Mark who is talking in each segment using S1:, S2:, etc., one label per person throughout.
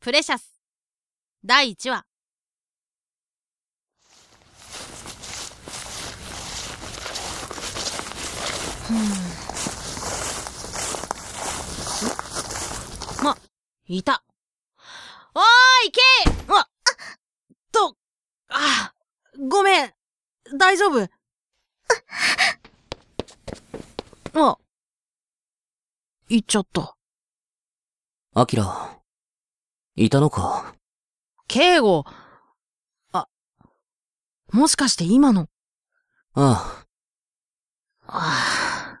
S1: プレシャス第1話んま、いた。おーい、ケイあ、と、あ、ごめん。大丈夫。あ、行っちゃった。
S2: アキラ、いたのか
S1: 敬語。あ、もしかして今の。
S2: あ
S1: ああ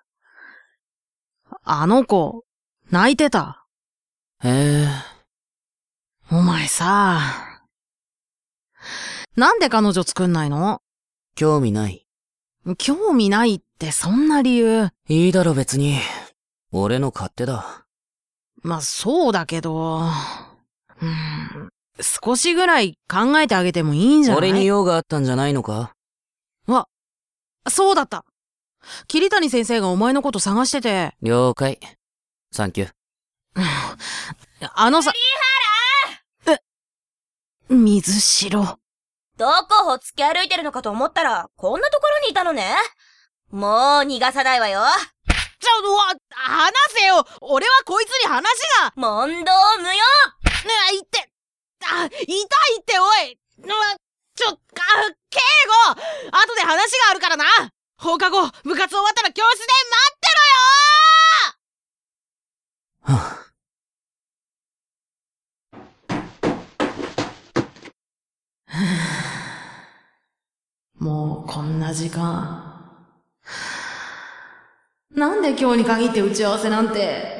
S1: あの子、泣いてた。
S2: あ、へえ、
S1: お前さ。なんで彼女作んないの
S2: 興味ない。
S1: 興味ないってそんな理由。
S2: いいだろ別に。俺の勝手だ。
S1: まあ、そうだけど。うん、少しぐらい考えてあげてもいいんじゃない
S2: 俺に用があったんじゃないのか
S1: そうだった。桐谷先生がお前のこと探してて、
S2: 了解。サンキュー。
S1: あのさ。え、水城。
S3: どこほつき歩いてるのかと思ったら、こんなところにいたのね。もう逃がさないわよ。
S1: ちょ、うわ、話せよ俺はこいつに話が
S3: 問答無用
S1: ねえ、いって、あ、痛いっておいうわ、ちょ、あ、敬語後で話があるからな放課後、部活終わったら教室で
S2: は
S1: もうこんな時間。なんで今日に限って打ち合わせなんて。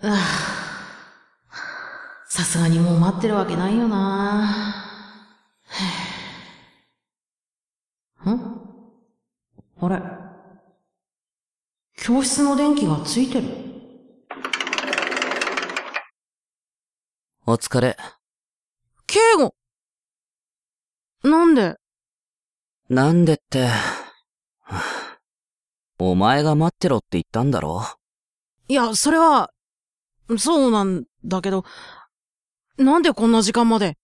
S1: はあさすがにもう待ってるわけないよな。はあんあれ教室の電気がついてる
S2: あお疲れ。
S1: 敬語なんで
S2: なんでって。はあお前が待ってろって言ったんだろ
S1: いや、それは、そうなんだけど、なんでこんな時間まで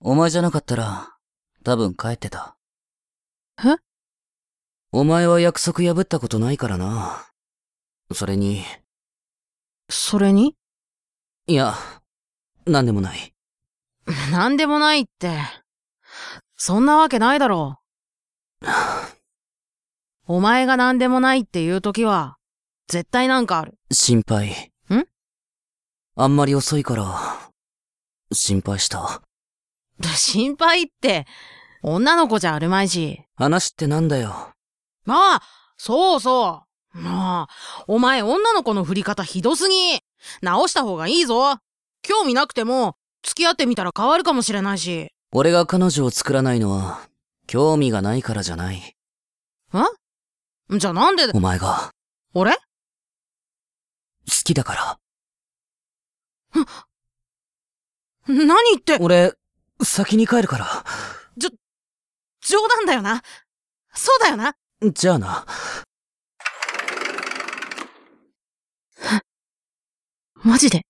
S2: お前じゃなかったら、多分帰ってた。
S1: え
S2: お前は約束破ったことないからな。それに、
S1: それに
S2: いや、なんでもない。
S1: なんでもないって。そんなわけないだろう。お前がなんでもないっていう時は、絶対なんかある。
S2: 心配。
S1: ん
S2: あんまり遅いから、心配した。
S1: 心配って、女の子じゃあるまいし。
S2: 話ってなんだよ。
S1: まあ、そうそう。まあ、お前女の子の振り方ひどすぎ。直した方がいいぞ。興味なくても、付き合ってみたら変わるかもしれないし。
S2: 俺が彼女を作らないのは、興味がないからじゃない。
S1: じゃあなんで、
S2: お前が、
S1: 俺
S2: 好きだから。
S1: 何言って、
S2: 俺、先に帰るから。
S1: 冗談だよな。そうだよな。
S2: じゃあな。
S1: マジで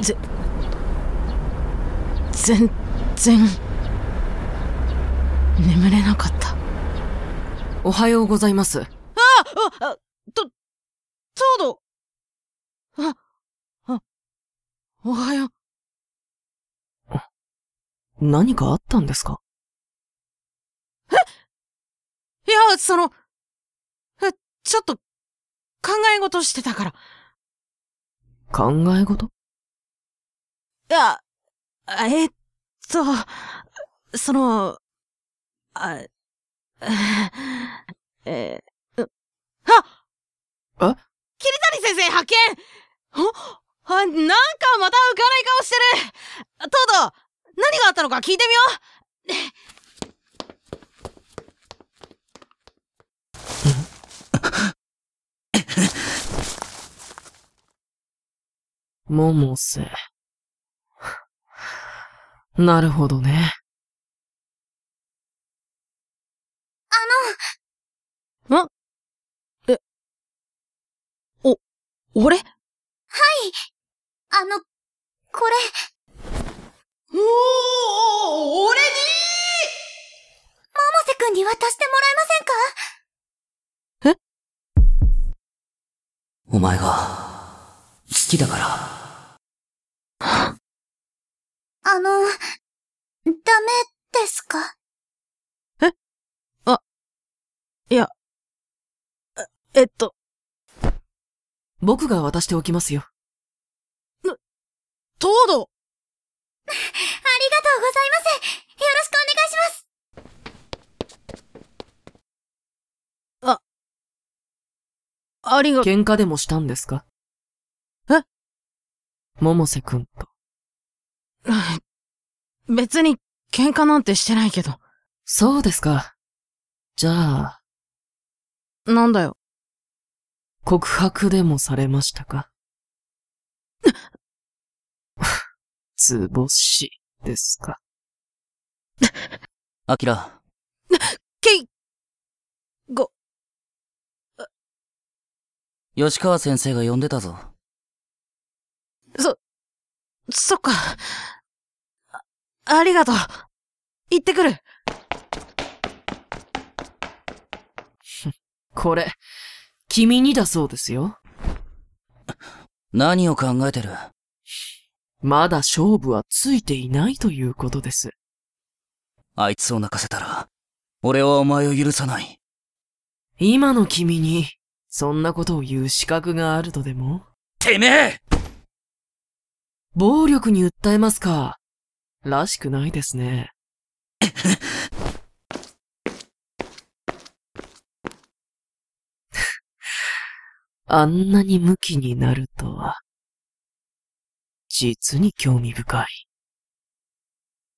S1: ぜ、全然、眠れなかった。
S4: おはようございます。
S1: あ、あ、と、ちょうど、あ、あ、おはよう。
S4: 何かあったんですか
S1: いや、その、え、ちょっと、考え事してたから。
S4: 考え事
S1: いや、えっと、その、あ、 えー、うあ
S4: え
S1: 桐谷先生発見おあ、なんかまた浮かない顔してる東堂、何があったのか聞いてみよ
S4: 桃瀬。なるほどね。
S1: 俺
S5: あの、これ、
S1: おお俺に
S5: 百瀬くんに渡してもらえませんか
S2: お前が、好きだから。
S5: あの、ダメですか
S1: えっと、
S4: 僕が渡しておきますよ。
S1: 東堂
S5: ありがとうございますよろしくお願いします
S1: ありが、
S4: 喧嘩でもしたんですか
S1: え
S4: 百瀬くんと。
S1: 別に喧嘩なんてしてないけど。
S4: そうですか。じゃあ、
S1: なんだよ。
S4: 告白でもされましたか図星ですか
S2: アキラ、
S1: けいご、
S2: 吉川先生が呼んでたぞ。
S1: そっか。あありがとう。行ってくる。
S4: これ、君にだそうですよ。
S2: 何を考えてる
S4: まだ勝負はついていないということです。
S2: あいつを泣かせたら、俺はお前を許さない。
S4: 今の君に、そんなことを言う資格があるとでも
S2: てめえ
S4: 暴力に訴えますか。らしくないですね。 あんなにムキになるとは、実に興味深い。